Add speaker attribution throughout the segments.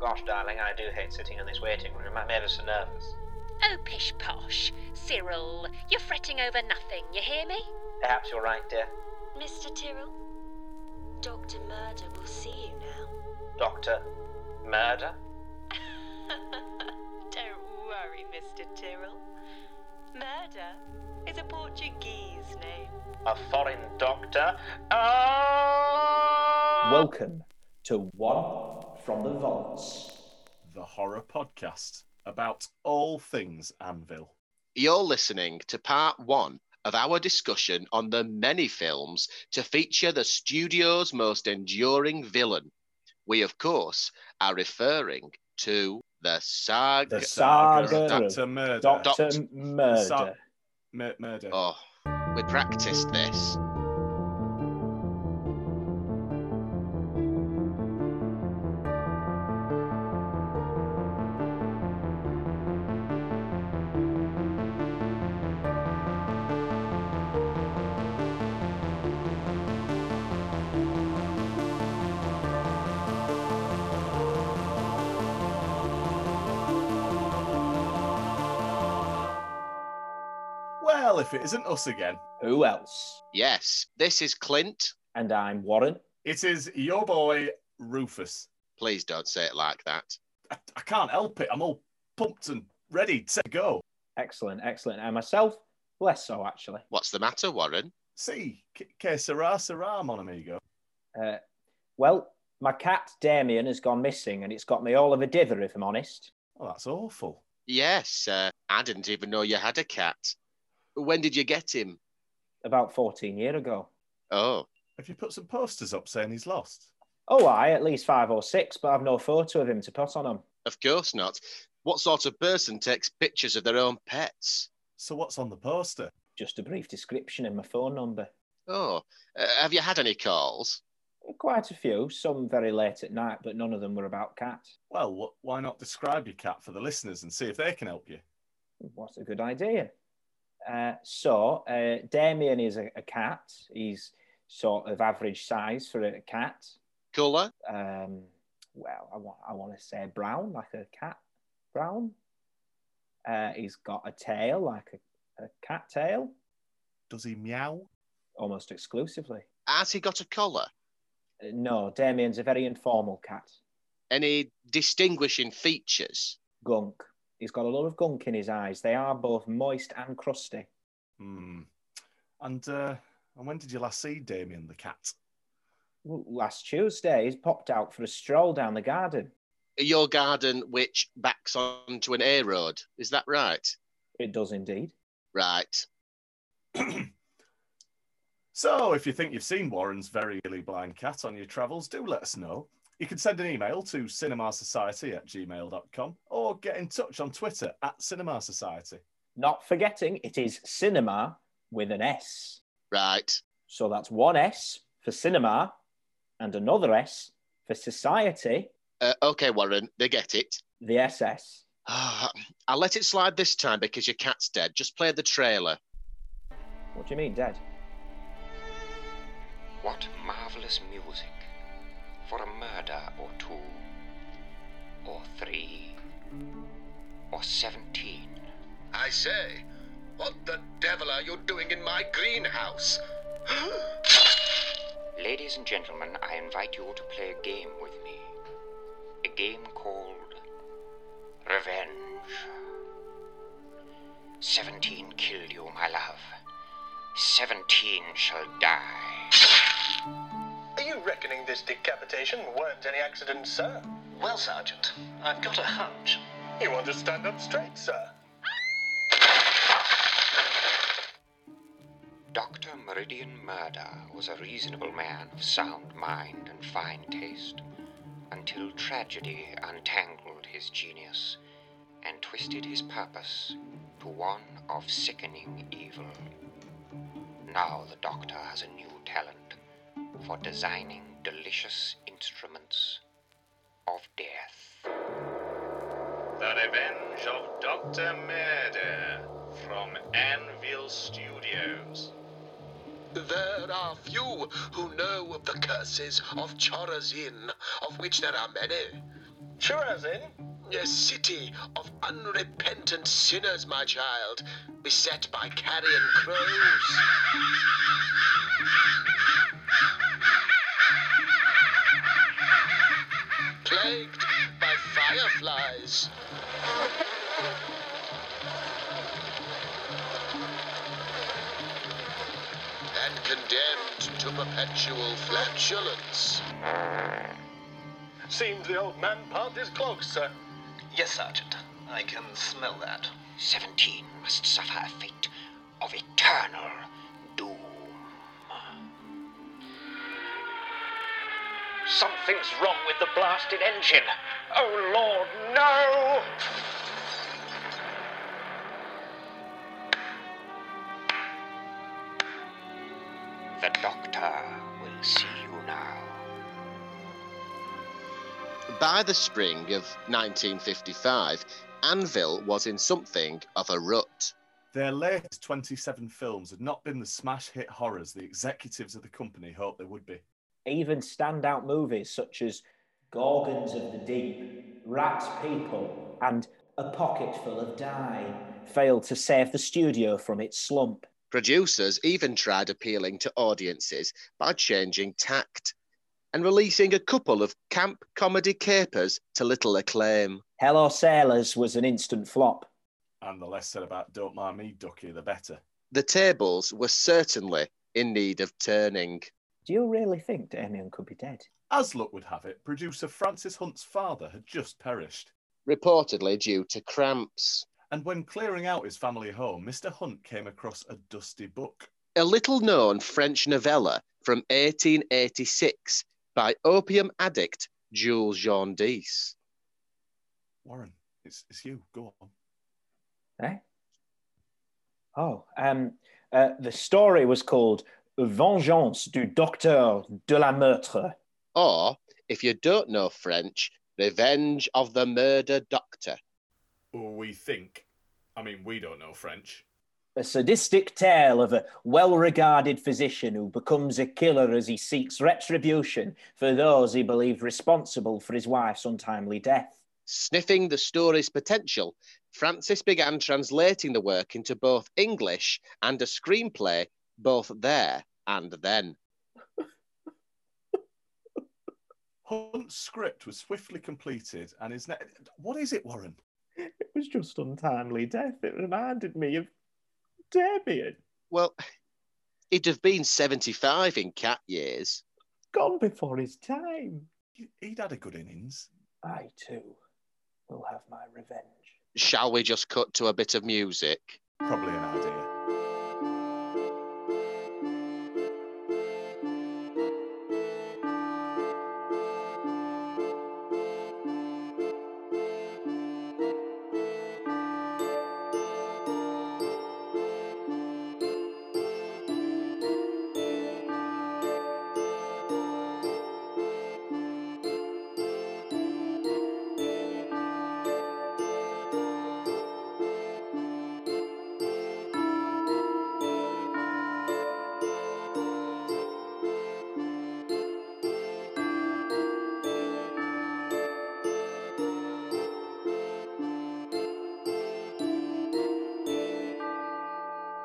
Speaker 1: Gosh, darling, I do hate sitting in this waiting room. I'm ever so nervous.
Speaker 2: Oh, pish posh. Cyril, you're fretting over nothing, you hear me?
Speaker 1: Perhaps you're right, dear.
Speaker 3: Mr. Tyrrell, Dr. Murder will see you now.
Speaker 1: Doctor, murder?
Speaker 3: Don't worry, Mr. Tyrrell. Murder is a Portuguese name.
Speaker 1: A foreign doctor? Ah!
Speaker 4: Welcome to One from the Vaults.
Speaker 5: the horror podcast about all things Anvil.
Speaker 6: You're listening to part one of our discussion on the many films to feature the studio's most enduring villain. We, of course, are referring to the saga.
Speaker 4: The saga
Speaker 5: of
Speaker 4: of
Speaker 5: Dr. Murder.
Speaker 4: Doctor
Speaker 6: Doctor-
Speaker 4: Murder.
Speaker 5: Sa- Mur- murder.
Speaker 6: oh, we practiced this.
Speaker 5: Well, if it isn't us again,
Speaker 4: Who else?
Speaker 6: Yes, this is Clint.
Speaker 4: And I'm Warren.
Speaker 5: it is your boy Rufus.
Speaker 6: Please don't say it like that.
Speaker 5: I, I can't help it. I'm all pumped and ready, set, go.
Speaker 4: Excellent, excellent. And myself, less so actually.
Speaker 6: What's the matter, Warren?
Speaker 5: See, si, que sera, sera, mon amigo.
Speaker 4: Uh, well, my cat Damien has gone missing, and it's got me all of a dither, if I'm honest.
Speaker 5: Oh, that's awful.
Speaker 6: Yes, uh, I didn't even know you had a cat. When did you get him?
Speaker 4: About 14 year ago.
Speaker 6: Oh,
Speaker 5: Have you put some posters up saying he's lost?
Speaker 4: Oh, I at least five or six, but I've no photo of him to put on 'em.
Speaker 6: of course not. What sort of person takes pictures of their own pets?
Speaker 5: So what's on the poster?
Speaker 4: Just a brief description and my phone number.
Speaker 6: Oh, uh, have you had any calls?
Speaker 4: Quite a few, some very late at night, but none of them were about cats.
Speaker 5: Well, wh- why not describe your cat for the listeners and see if they can help you?
Speaker 4: What a good idea. Uh, so, uh, Damien is a, a cat. He's sort of average size for a cat.
Speaker 6: Colour?
Speaker 4: Um, well, I want, I want to say brown, like a cat brown. Uh, he's got a tail, like a, a cat tail,
Speaker 5: Does he meow?
Speaker 4: almost exclusively.
Speaker 6: Has he got a collar?
Speaker 4: Uh, No, Damien's a very informal cat.
Speaker 6: Any distinguishing features?
Speaker 4: Gunk. He's got a lot of gunk in his eyes. They are both moist and crusty.
Speaker 5: Hmm. And uh, and when did you last see Damien the cat?
Speaker 4: Well, Last Tuesday, he's popped out for a stroll down the garden.
Speaker 6: Your garden, which backs onto an A road, is that right?
Speaker 4: It does indeed.
Speaker 6: Right.
Speaker 5: So, if you think you've seen Warren's very really blind cat on your travels, do let us know. You can send an email to cinemasociety at gmail.com or get in touch on Twitter at Cinema Society.
Speaker 4: Not forgetting, it is cinema with an S.
Speaker 6: Right.
Speaker 4: So that's one S for cinema and another S for society,
Speaker 6: Uh, okay, Warren, they get it. Ah,
Speaker 4: the SS.
Speaker 6: I'll let it slide this time because your cat's dead. Just play the trailer.
Speaker 4: What do you mean, dead?
Speaker 7: What marvelous music for a murder or two, or three, or seventeen.
Speaker 8: I say, what the devil are you doing in my greenhouse?
Speaker 7: Ladies and gentlemen, I invite you to play a game with me. A game called Revenge. Seventeen killed you, my love. Seventeen shall die.
Speaker 8: Are you reckoning this decapitation weren't any accident, sir? Well, Sergeant, I've got a hunch. You want to stand up straight, sir?
Speaker 7: Dr. Meridian Murder was a reasonable man of sound mind and fine taste, until tragedy untangled his genius and twisted his purpose to one of sickening evil. Now the doctor has a new talent for designing delicious instruments of death.
Speaker 9: The Revenge of Dr. Murder from Anvil Studios.
Speaker 8: There are few who know of the curses of Chorazin, of which there are many. Sure as in.
Speaker 10: A city of unrepentant sinners, my child, beset by carrion crows. Plagued by fireflies. And condemned to perpetual flatulence.
Speaker 8: Seems the old man palmed his clogs, sir.
Speaker 7: Yes, Sergeant. I can smell that. Seventeen must suffer a fate of eternal doom. Something's wrong with the blasted engine. Oh, Lord, no! The doctor will see you now.
Speaker 6: By the spring of 1955, Anvil was in something of a rut.
Speaker 5: Their latest 27 films had not been the smash hit horrors the executives of the company hoped they would be.
Speaker 4: Even standout movies such as Gorgons of the Deep, Rat's People, and A Pocket Full of Dye failed to save the studio from its slump.
Speaker 6: Producers even tried appealing to audiences by changing tact and releasing a couple of camp comedy capers to little acclaim.
Speaker 4: Hello Sailors was an instant flop.
Speaker 5: And the less said about Don't Mind Me, Ducky, the better.
Speaker 6: The tables were certainly in need of turning.
Speaker 4: Do you really think Damien could be dead?
Speaker 5: As luck would have it, producer Francis Hunt's father had just perished.
Speaker 6: reportedly due to cramps.
Speaker 5: And when clearing out his family home, Mr. Hunt came across a dusty book.
Speaker 6: A little known French novella from 1886 by opium addict Jules Jaundice.
Speaker 5: Warren, it's, it's you. Go on.
Speaker 4: Eh? Oh, um, uh, the story was called Vengeance du Docteur de la Meurtre.
Speaker 6: Or, if you don't know French, Revenge of the Murder Doctor.
Speaker 5: We think. I mean, we don't know French.
Speaker 4: A sadistic tale of a well regarded physician who becomes a killer as he seeks retribution for those he believed responsible for his wife's untimely death.
Speaker 6: Sniffing the story's potential, Francis began translating the work into both English and a screenplay, both there and then.
Speaker 5: Hunt's script was swiftly completed and is. Ne- what is it, Warren?
Speaker 4: It was just untimely death. It reminded me of Damien,
Speaker 6: Well, it'd have been 75 in cat years.
Speaker 4: gone before his time.
Speaker 5: He- He'd had a good innings.
Speaker 4: I too will have my revenge.
Speaker 6: Shall we just cut to a bit of music?
Speaker 5: Probably an idea.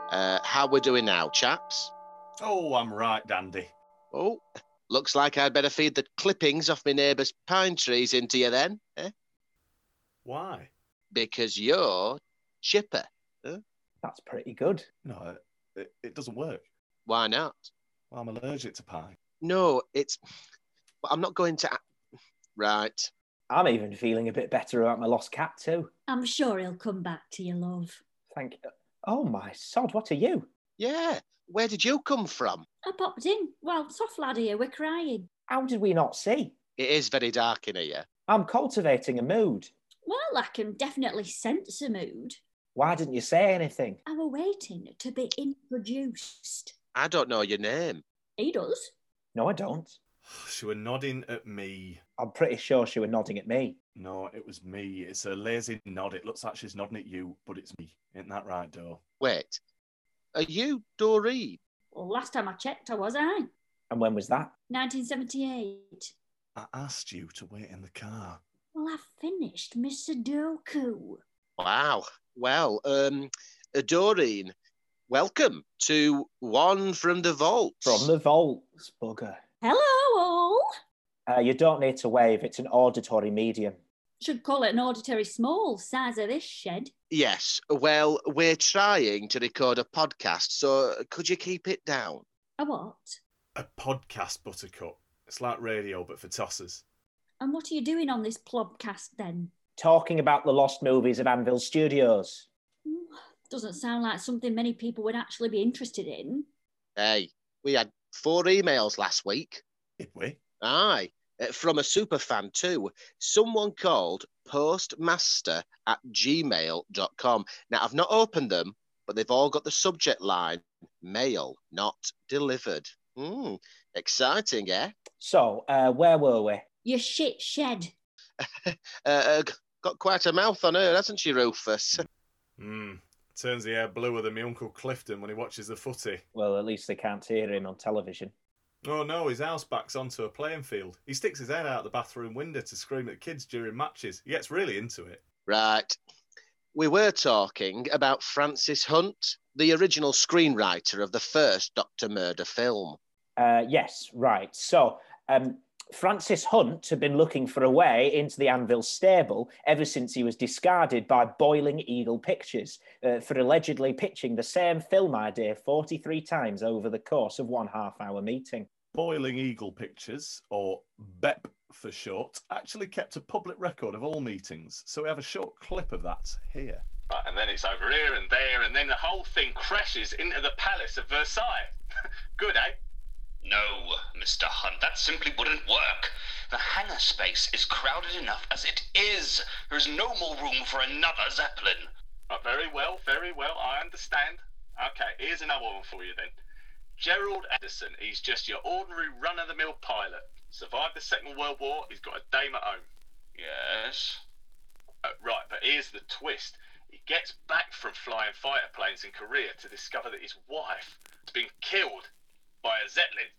Speaker 6: Uh, how we're doing now, chaps?
Speaker 5: Oh, I'm right, Dandy.
Speaker 6: Oh, looks like I'd better feed the clippings off my neighbour's pine trees into you then, eh?
Speaker 5: Why?
Speaker 6: Because you're chipper.
Speaker 4: That's pretty good.
Speaker 5: No, uh, it, it doesn't work.
Speaker 6: Why not?
Speaker 5: Well, I'm allergic to pie.
Speaker 6: No, it's. But I'm not going to. a- Right.
Speaker 4: I'm even feeling a bit better about my lost cat too.
Speaker 11: I'm sure he'll come back to you, love.
Speaker 4: Thank you. Oh my sod, what are you?
Speaker 6: Yeah. Where did you come from?
Speaker 11: I popped in. Well, soft lad here, we're crying.
Speaker 4: How did we not see?
Speaker 6: It is very dark in here.
Speaker 4: I'm cultivating a mood.
Speaker 11: Well, I can definitely sense a mood.
Speaker 4: Why didn't you say anything?
Speaker 11: I were waiting to be introduced.
Speaker 6: I don't know your name.
Speaker 11: He does.
Speaker 4: No, I don't.
Speaker 5: She were nodding at me.
Speaker 4: I'm pretty sure she were nodding at me.
Speaker 5: No, it was me. It's a lazy nod. It looks like she's nodding at you, but it's me. Ain't that right, Doe?
Speaker 6: Wait. Are you Doreen?
Speaker 11: Well, last time I checked, I was I.
Speaker 4: And when was that?
Speaker 11: 1978.
Speaker 5: I asked you to wait in the car.
Speaker 11: Well, till I've finished my Sudoku.
Speaker 6: Wow. Well, um, uh, Doreen, welcome to One from the Vault.
Speaker 4: From the vaults, bugger.
Speaker 11: Hello, all.
Speaker 4: Uh, you don't need to wave, it's an auditory medium.
Speaker 11: Should call it an auditory small, size of this shed.
Speaker 6: Yes. Well, we're trying to record a podcast, so could you keep it down?
Speaker 11: A what?
Speaker 5: A podcast, Buttercup. It's like radio, but for tossers.
Speaker 11: And what are you doing on this plobcast then?
Speaker 4: Talking about the lost movies of Anvil Studios.
Speaker 11: Mm. Doesn't sound like something many people would actually be interested in.
Speaker 6: Hey, we had four emails last week.
Speaker 5: Did we?
Speaker 6: Aye. uh, From a super fan too. Someone called postmaster at gmail.com. Now, I've not opened them, but they've all got the subject line mail not delivered. Hmm. Exciting, eh?
Speaker 4: So, uh, where were we?
Speaker 11: Your shit shed.
Speaker 6: Uh, uh, g- got quite a mouth on her, hasn't she, Rufus?
Speaker 5: Hmm. Turns the air bluer than my Uncle Clifton when he watches the footy.
Speaker 4: Well, at least they can't hear him on television.
Speaker 5: Oh no, his house backs onto a playing field. He sticks his head out the bathroom window to scream at kids during matches. He gets really into it.
Speaker 6: Right. We were talking about Francis Hunt, the original screenwriter of the first Dr. Murder film.
Speaker 4: Uh, yes, right. So, um, Francis Hunt had been looking for a way into the Anvil stable ever since he was discarded by Boiling Eagle Pictures uh, for allegedly pitching the same film idea 43 times over the course of one half hour meeting.
Speaker 5: Boiling Eagle Pictures, or BEP for short, actually kept a public record of all meetings, so we have a short clip of that here.
Speaker 9: Right, and then it's over here and there, and then the whole thing crashes into the palace of Versailles. Good, eh?
Speaker 12: No, Mr. Hunt, that simply wouldn't work. The hangar space is crowded enough as it is. There is no more room for another Zeppelin.
Speaker 9: Right, Uh, very well, very well, I understand. Okay, here's another one for you then. Gerald Anderson, he's just your ordinary run of the mill pilot. Survived the Second World War, he's got a dame at home.
Speaker 12: Yes.
Speaker 9: Uh, right, but here's the twist. He gets back from flying fighter planes in Korea to discover that his wife has been killed by a Zeppelin.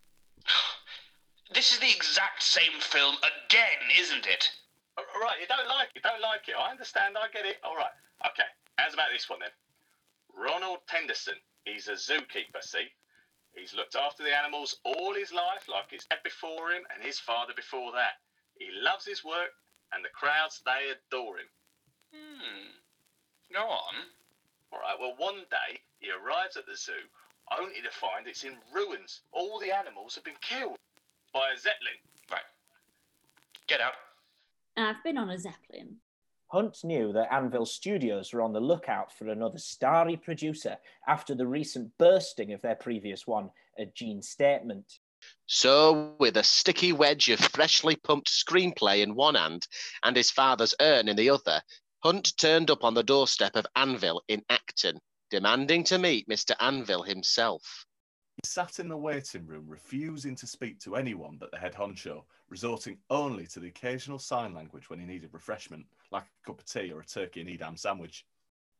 Speaker 12: This is the exact same film again, isn't it?
Speaker 9: Uh, Right, you don't like it, don't like it. I understand, I get it. All right, okay. How's about this one then? Ronald Tenderson. He's a zookeeper, see? He's looked after the animals all his life, like his dad before him and his father before that. He loves his work, and the crowds, they adore him.
Speaker 12: Hmm. Go on.
Speaker 9: All right, well, one day he arrives at the zoo only to find it's in ruins. All the animals have been killed by a Zeppelin.
Speaker 12: Right. Get out.
Speaker 11: I've been on a Zeppelin.
Speaker 4: Hunt knew that Anvil Studios were on the lookout for another starry producer after the recent bursting of their previous one, a Gene Statement.
Speaker 6: So, with a sticky wedge of freshly pumped screenplay in one hand and his father's urn in the other, Hunt turned up on the doorstep of Anvil in Acton, demanding to meet Mr. Anvil himself.
Speaker 5: He sat in the waiting room, refusing to speak to anyone but the head honcho, resorting only to the occasional sign language when he needed refreshment, like a cup of tea or a turkey and ham sandwich.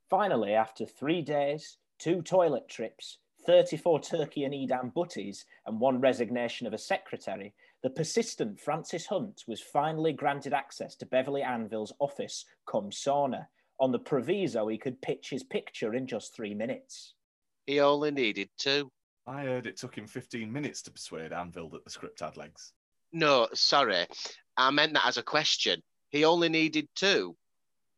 Speaker 4: Finally, after three days, two toilet trips, 34 turkey and Edam butties, and one resignation of a secretary, the persistent Francis Hunt was finally granted access to Beverly Anvil's office cum sauna on the proviso he could pitch his picture in just three minutes.
Speaker 6: He only needed two.
Speaker 5: I heard it took him 15 minutes to persuade Anvil that the script had legs.
Speaker 6: No, sorry. I meant that as a question. He only needed two,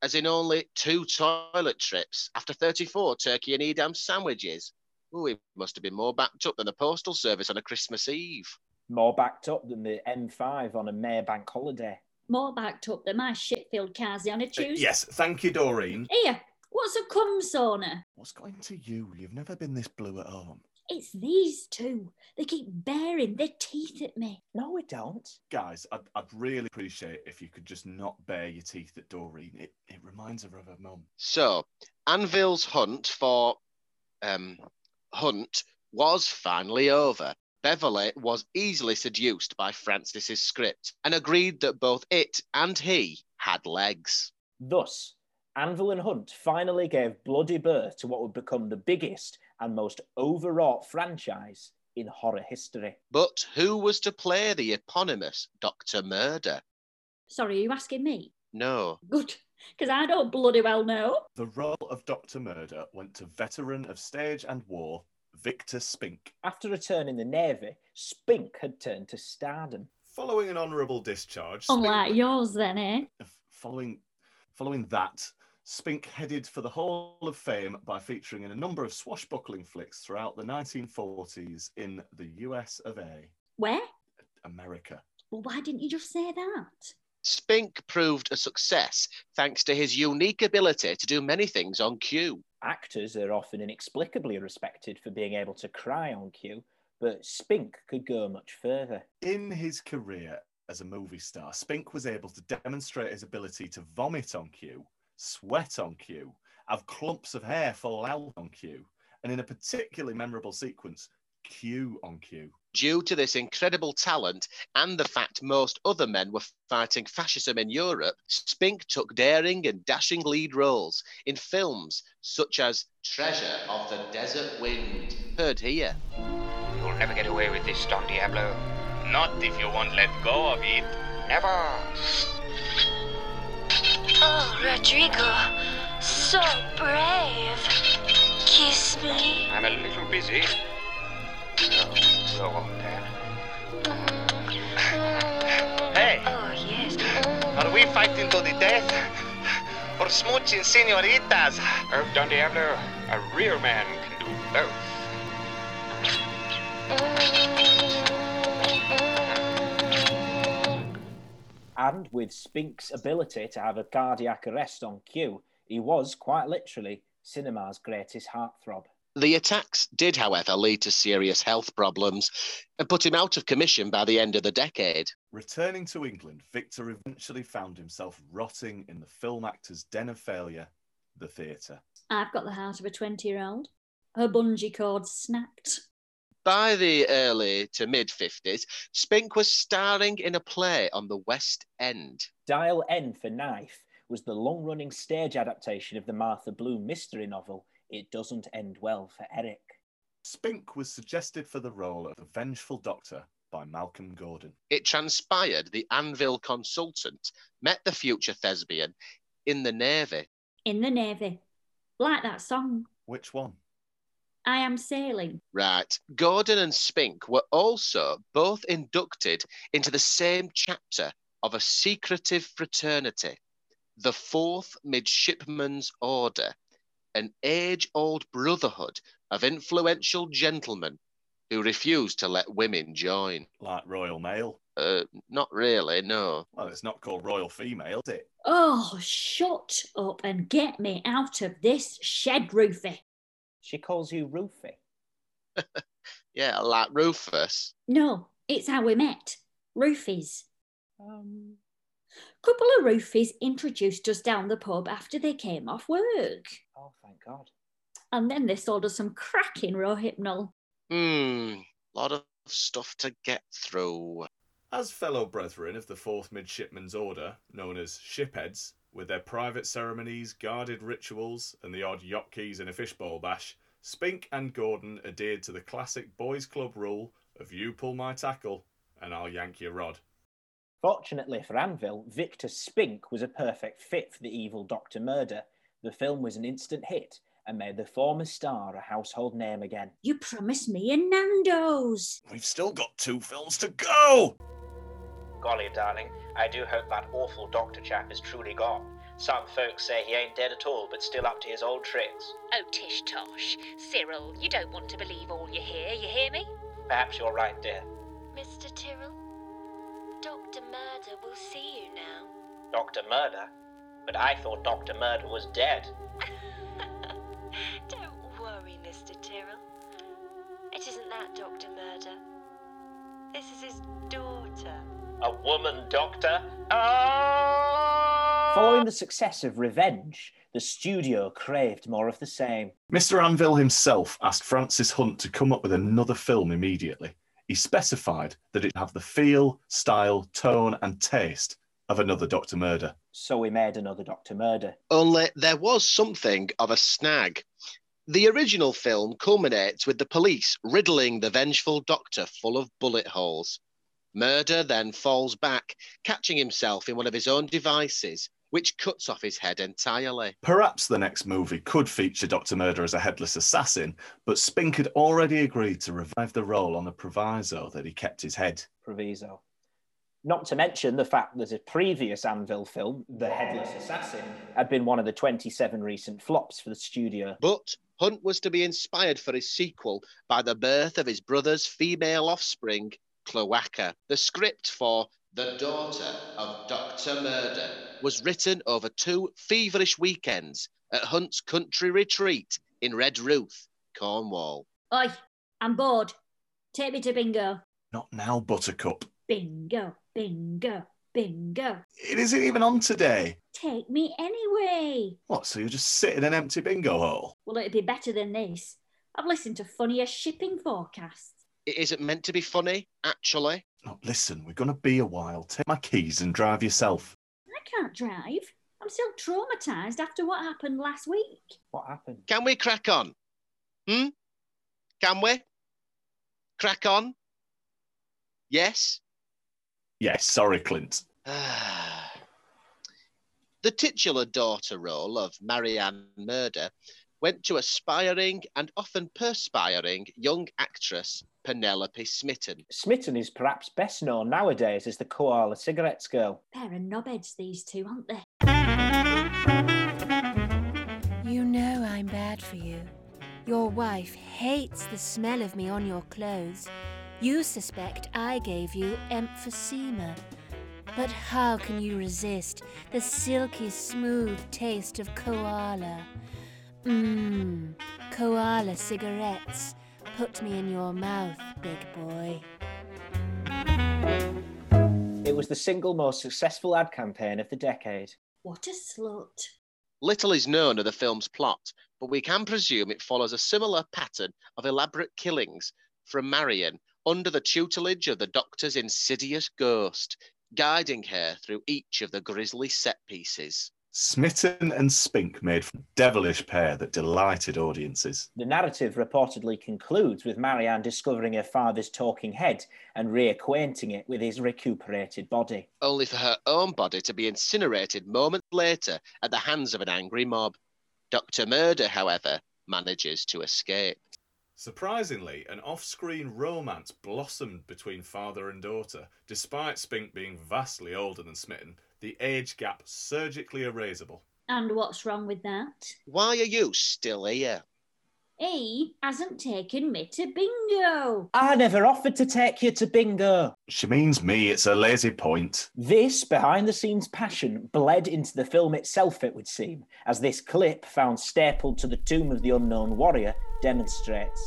Speaker 6: as in only two toilet trips after 34 turkey and Edam sandwiches. Ooh, he must have been more backed up than the postal service on a Christmas Eve.
Speaker 4: More backed up than the M5 on a Maybank holiday.
Speaker 11: More backed up than my shitfield cars on a Tuesday.
Speaker 5: Uh, Yes, thank you, Doreen.
Speaker 11: Here, what's a cum sauna?
Speaker 5: What's going to you? You've never been this blue at home.
Speaker 11: It's these two. They keep baring their teeth at me.
Speaker 4: No, we don't.
Speaker 5: Guys, I'd, I'd really appreciate if you could just not bare your teeth at Doreen. It, it reminds her of her mum.
Speaker 6: So, Anvil's hunt for um, Hunt was finally over. Beverly was easily seduced by Francis's script and agreed that both it and he had legs.
Speaker 4: Thus, Anvil and Hunt finally gave bloody birth to what would become the biggest and most overwrought franchise in horror history.
Speaker 6: But who was to play the eponymous Dr. Murder?
Speaker 11: Sorry, are you asking me?
Speaker 6: No.
Speaker 11: Good. Because I don't bloody well know.
Speaker 5: The role of Dr. Murder went to veteran of stage and war, Victor Spink.
Speaker 4: After returning the Navy, Spink had turned to stardom.
Speaker 5: Following an honourable discharge,
Speaker 11: Unlike yours, then, eh?
Speaker 5: following following that, Spink headed for the Hall of Fame by featuring in a number of swashbuckling flicks throughout the 1940s in the US of A,
Speaker 11: Where?
Speaker 5: America.
Speaker 11: Well, why didn't you just say that?
Speaker 6: Spink proved a success thanks to his unique ability to do many things on cue.
Speaker 4: Actors are often inexplicably respected for being able to cry on cue, but Spink could go much further.
Speaker 5: In his career as a movie star, Spink was able to demonstrate his ability to vomit on cue, sweat on cue, have clumps of hair fall out on cue, and in a particularly memorable sequence, cue on cue.
Speaker 6: Due to this incredible talent and the fact most other men were fighting fascism in Europe, Spink took daring and dashing lead roles in films such as Treasure of the Desert Wind, heard here.
Speaker 7: You'll never get away with this, Don Diablo.
Speaker 12: Not if you won't let go of it.
Speaker 7: Never.
Speaker 13: Oh, Rodrigo, so brave. Kiss me.
Speaker 7: I'm a little busy. Oh, go on, Dan.
Speaker 14: Hey,
Speaker 13: Oh, yes.
Speaker 14: are we fighting to the death? Or smooching senoritas?
Speaker 7: Oh, Don Diablo, a real man can do both.
Speaker 4: And with Spink's ability to have a cardiac arrest on cue, he was quite literally cinema's greatest heartthrob.
Speaker 6: The attacks did, however, lead to serious health problems and put him out of commission by the end of the decade.
Speaker 5: Returning to England, Victor eventually found himself rotting in the film actor's den of failure, the theatre.
Speaker 11: I've got the heart of a 20 year old. Her bungee cord snapped.
Speaker 6: By the early to mid 50s, Spink was starring in a play on the West End.
Speaker 4: Dial N for Knife was the long running stage adaptation of the Martha Bloom mystery novel It Doesn't End Well for Eric.
Speaker 5: Spink was suggested for the role of the Vengeful Doctor by Malcolm Gordon.
Speaker 6: It transpired the Anvil consultant met the future thespian in the Navy.
Speaker 11: In the Navy. Like that song,
Speaker 5: Which one?
Speaker 11: I Am Sailing.
Speaker 6: Right. Gordon and Spink were also both inducted into the same chapter of a secretive fraternity, the Fourth Midshipman's Order, an age old brotherhood of influential gentlemen who refused to let women join.
Speaker 5: Like Royal Mail?
Speaker 6: Uh, not really, no.
Speaker 5: Well, it's not called Royal Female, is it?
Speaker 11: Oh, shut up and get me out of this shed, Rufy.
Speaker 4: She calls you Rufy?
Speaker 6: Yeah, like Rufus.
Speaker 11: No, it's how we met. Roofies.
Speaker 4: Um,
Speaker 11: Couple of roofies introduced us down the pub after they came off work.
Speaker 4: Oh, thank God.
Speaker 11: And then they sold us some cracking rohypnol.
Speaker 6: Hmm, lot of stuff to get through.
Speaker 5: As fellow brethren of the Fourth Midshipman's Order, known as shipheads, with their private ceremonies, guarded rituals, and the odd yacht keys in a fishbowl bash, Spink and Gordon adhered to the classic boys' club rule of you pull my tackle and I'll yank your rod.
Speaker 4: Fortunately for Anvil, Victor Spink was a perfect fit for the evil Dr. Murder. The film was an instant hit and made the former star a household name again.
Speaker 11: You promised me a Nando's.
Speaker 5: We've still got two films to go!
Speaker 1: Golly, darling, I do hope that awful doctor chap is truly gone. Some folks say he ain't dead at all, but still up to his old tricks.
Speaker 2: Oh, tish tosh. Cyril, you don't want to believe all you hear, you hear me?
Speaker 1: Perhaps you're right, dear.
Speaker 13: Mr. Tyrrell, Dr. Murder will see you now.
Speaker 1: Dr. Murder? But I thought Dr. Murder was dead.
Speaker 3: Don't worry, Mr. Tyrrell. It isn't that Dr. Murder. This is his daughter.
Speaker 1: A woman doctor? Oh!
Speaker 4: Following the success of Revenge, the studio craved more of the same.
Speaker 5: Mr. Anvil himself asked Francis Hunt to come up with another film immediately. He specified that it have the feel, style, tone, and taste of another Doctor Murder.
Speaker 4: So we made another Dr. Murder.
Speaker 6: Only there was something of a snag. The original film culminates with the police riddling the vengeful doctor full of bullet holes. Murder then falls back, catching himself in one of his own devices which cuts off his head entirely.
Speaker 5: Perhaps the next movie could feature Dr. Murder as a headless assassin, but Spink had already agreed to revive the role on the proviso that he kept his head.
Speaker 4: Proviso. Not to mention the fact that a previous Anvil film, The Headless Assassin, had been one of the 27 recent flops for the studio.
Speaker 6: But Hunt was to be inspired for his sequel by the birth of his brother's female offspring, Cloaca. The script for The Daughter of Dr. Murder was written over two feverish weekends at Hunt's country retreat in Red Ruth, Cornwall.
Speaker 11: Oi, I'm bored. Take me to bingo.
Speaker 5: Not now, Buttercup.
Speaker 11: Bingo, bingo, bingo.
Speaker 5: It isn't even on today.
Speaker 11: Take me anyway.
Speaker 5: What, so you'll just sit in an empty bingo hole?
Speaker 11: Well, it'd be better than this. I've listened to funnier shipping forecasts.
Speaker 6: It isn't meant to be funny, actually.
Speaker 5: Oh, listen, we're going to be a while. Take my keys and drive yourself.
Speaker 11: I can't drive. I'm still traumatised after what happened last week.
Speaker 4: What happened?
Speaker 6: Can we crack on? Hmm? Can we? Crack on? Yes?
Speaker 5: Yes, sorry, Clint.
Speaker 6: The titular daughter role of Marianne Murder went to aspiring and often perspiring young actress Penelope Smitten.
Speaker 4: Smitten is perhaps best known nowadays as the Koala Cigarettes Girl.
Speaker 11: Pair of knobheads, these two, aren't they?
Speaker 15: You know I'm bad for you. Your wife hates the smell of me on your clothes. You suspect I gave you emphysema. But how can you resist the silky smooth taste of koala? Mmm, koala cigarettes. Put me in your mouth, big boy.
Speaker 4: It was the single most successful ad campaign of the decade.
Speaker 11: What a slut.
Speaker 6: Little is known of the film's plot, but we can presume it follows a similar pattern of elaborate killings from Marion under the tutelage of the Doctor's insidious ghost, guiding her through each of the grisly set pieces.
Speaker 5: Smitten and Spink made for a devilish pair that delighted audiences.
Speaker 4: The narrative reportedly concludes with Marianne discovering her father's talking head and reacquainting it with his recuperated body.
Speaker 6: only for her own body to be incinerated moments later at the hands of an angry mob. Dr. Murder, however, manages to escape.
Speaker 5: Surprisingly, an off screen romance blossomed between father and daughter. Despite Spink being vastly older than Smitten, the age gap surgically erasable.
Speaker 11: And what's wrong with that?
Speaker 6: Why are you still here?
Speaker 11: He hasn't taken me to bingo.
Speaker 4: I never offered to take you to bingo.
Speaker 5: She means me, it's a lazy point.
Speaker 4: This behind the scenes passion bled into the film itself, it would seem, as this clip found stapled to the tomb of the unknown warrior demonstrates.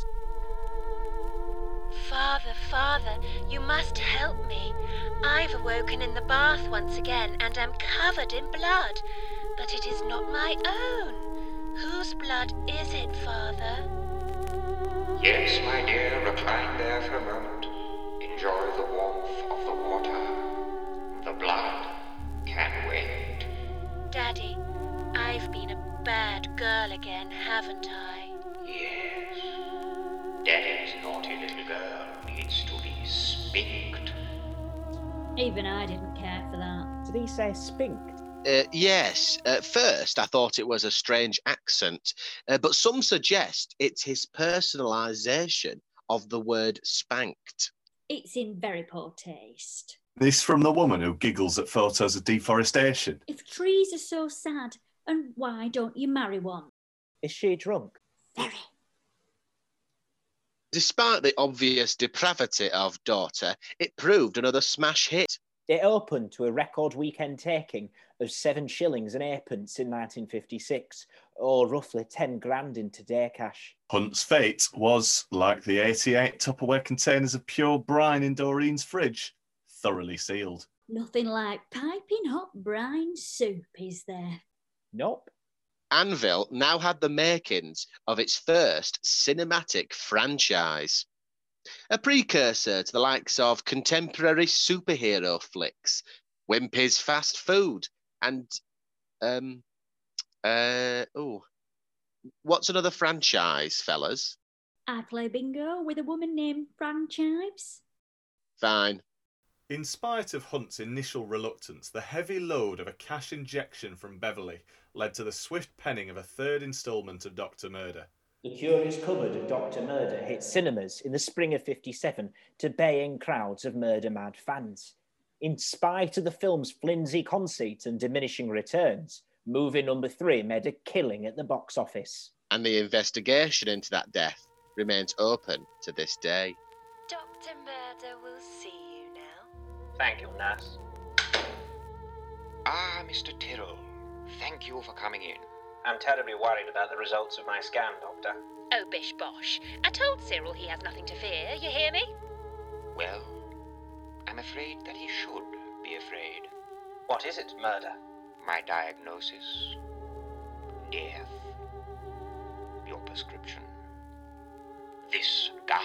Speaker 13: Father, father, you must help me. I've awoken in the bath once again and am covered in blood. But it is not my own. Whose blood is it, father?
Speaker 7: Yes, my dear, recline there for a moment. Enjoy the warmth of the water. The blood can wait.
Speaker 13: Daddy, I've been a bad girl again, haven't I?
Speaker 7: Yes. Daddy's naughty little girl needs to be spinked.
Speaker 11: Even I didn't care for that.
Speaker 4: Did he say spink?
Speaker 6: Uh, yes, at first I thought it was a strange accent, uh, but some suggest it's his personalisation of the word spanked.
Speaker 11: It's in very poor taste.
Speaker 5: This from the woman who giggles at photos of deforestation.
Speaker 11: If trees are so sad, and why don't you marry one?
Speaker 4: Is she drunk?
Speaker 6: Despite the obvious depravity of Daughter, it proved another smash hit.
Speaker 4: It opened to a record weekend taking of seven shillings and eightpence in 1956, or roughly 10 grand in today cash.
Speaker 5: Hunt's fate was, like the 88 Tupperware containers of pure brine in Doreen's fridge, thoroughly sealed.
Speaker 11: Nothing like piping hot brine soup, is there?
Speaker 4: Nope.
Speaker 6: Anvil now had the makings of its first cinematic franchise. A precursor to the likes of contemporary superhero flicks, Wimpy's Fast Food, and um, uh, oh, what's another franchise, fellas?
Speaker 11: I play bingo with a woman named Fran Chives.
Speaker 6: Fine.
Speaker 5: In spite of Hunt's initial reluctance, the heavy load of a cash injection from Beverly led to the swift penning of a third instalment of Dr. Murder.
Speaker 4: The Curious Cupboard of Dr. Murder hit cinemas in the spring of 57 to baying crowds of murder mad fans. In spite of the film's flimsy conceit and diminishing returns, movie number three made a killing at the box office.
Speaker 6: and the investigation into that death remains open to this day.
Speaker 3: Dr. Murder will see you now.
Speaker 1: Thank you, Nas.
Speaker 7: Ah, Mr. Tyrrell, thank you for coming in.
Speaker 1: I'm terribly worried about the results of my scan, Doctor.
Speaker 2: Oh, bish bosh. I told Cyril he has nothing to fear, you hear me?
Speaker 7: Well, I'm afraid that he should be afraid.
Speaker 1: What is it, murder?
Speaker 7: My diagnosis death. Your prescription. This gun.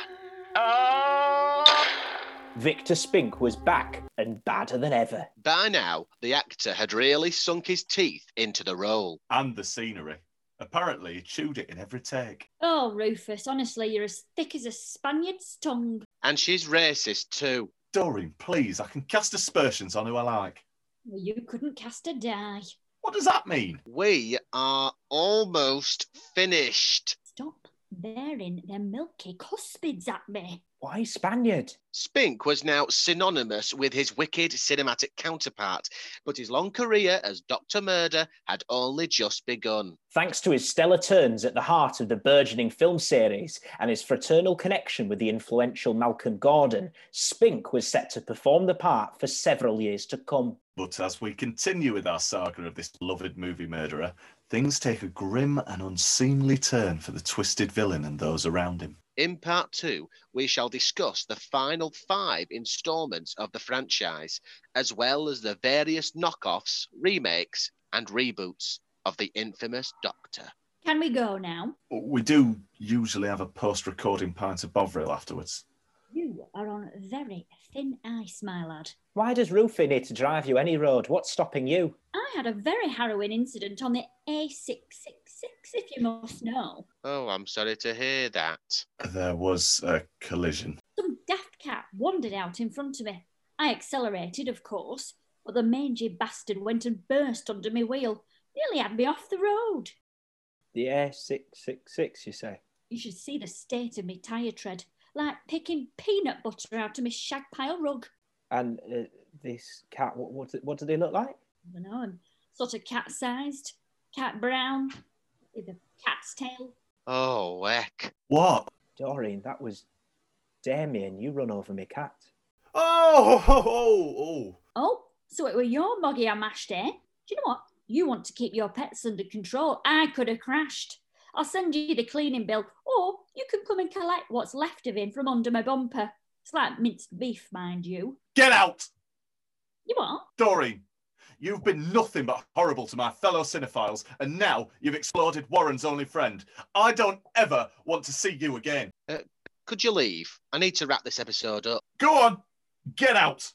Speaker 4: Victor Spink was back and badder than ever.
Speaker 6: By now, the actor had really sunk his teeth into the role.
Speaker 5: And the scenery. Apparently, he chewed it in every take.
Speaker 11: Oh, Rufus, honestly, you're as thick as a Spaniard's tongue.
Speaker 6: And she's racist too.
Speaker 5: Doreen, please, I can cast aspersions on who I like.
Speaker 11: Well, you couldn't cast a die.
Speaker 5: What does that mean?
Speaker 6: We are almost finished.
Speaker 11: Stop bearing their milky cuspids at me.
Speaker 4: Why Spaniard?
Speaker 6: Spink was now synonymous with his wicked cinematic counterpart, but his long career as Dr. Murder had only just begun.
Speaker 4: Thanks to his stellar turns at the heart of the burgeoning film series and his fraternal connection with the influential Malcolm Gordon, Spink was set to perform the part for several years to come.
Speaker 5: But as we continue with our saga of this beloved movie murderer, things take a grim and unseemly turn for the twisted villain and those around him.
Speaker 6: In part two, we shall discuss the final five installments of the franchise, as well as the various knockoffs, remakes, and reboots of the infamous Doctor.
Speaker 11: Can we go now?
Speaker 5: We do usually have a post recording pint of Bovril afterwards.
Speaker 11: You are on very thin ice, my lad.
Speaker 4: Why does Rufy need to drive you any road? What's stopping you?
Speaker 11: I had a very harrowing incident on the A666, if you must know.
Speaker 6: Oh, I'm sorry to hear that.
Speaker 5: There was a collision.
Speaker 11: Some daft cat wandered out in front of me. I accelerated, of course, but the mangy bastard went and burst under my wheel. Nearly had me off the road.
Speaker 4: The Air 666, you say?
Speaker 11: You should see the state of my tyre tread, like picking peanut butter out of my shag pile rug.
Speaker 4: And uh, this cat, what, what, what do they look like?
Speaker 11: I don't know, I'm sort of cat sized, cat brown, with a cat's tail.
Speaker 6: Oh, weck.
Speaker 5: What?
Speaker 4: Doreen, that was Damien. You run over me cat.
Speaker 5: Oh, oh, oh, oh.
Speaker 11: Oh, so it were your moggy I mashed, eh? Do you know what? You want to keep your pets under control. I could have crashed. I'll send you the cleaning bill, or you can come and collect what's left of him from under my bumper. It's like minced beef, mind you.
Speaker 5: Get out!
Speaker 11: You what?
Speaker 5: Doreen, you've been nothing but horrible to my fellow cinephiles, and now you've exploded Warren's only friend. I don't ever want to see you again.
Speaker 6: Could you leave? I need to wrap this episode up.
Speaker 5: Go on, get out.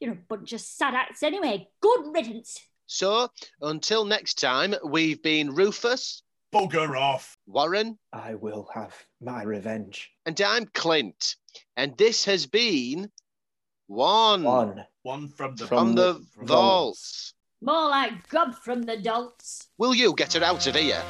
Speaker 11: You're a bunch of sad acts anyway. Good riddance.
Speaker 6: So, until next time, we've been Rufus.
Speaker 5: Bugger off.
Speaker 6: Warren.
Speaker 4: I will have my revenge.
Speaker 6: And I'm Clint. And this has been one,
Speaker 4: One.
Speaker 5: One from the
Speaker 6: from the, vaults.
Speaker 11: More like gob from the dolts.
Speaker 6: Will you get her out of here?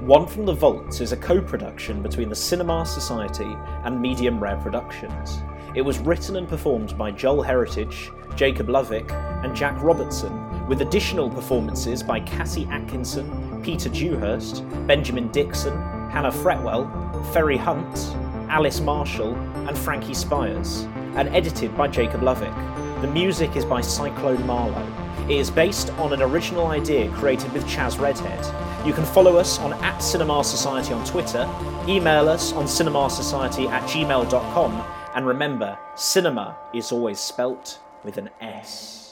Speaker 4: One from the Vaults is a co production between the Cinema Society and Medium Rare Productions. It was written and performed by Joel Heritage, Jacob Lovick, and Jack Robertson, with additional performances by Cassie Atkinson, Peter Dewhurst, Benjamin Dixon, Hannah Fretwell, Ferry Hunt, Alice Marshall, and Frankie Spires, and edited by Jacob Lovick. The music is by Cyclone Marlowe. It is based on an original idea created with Chaz Redhead. You can follow us on at Cinema Society on Twitter, email us on cinemasociety at gmail.com, and remember, cinema is always spelt with an S.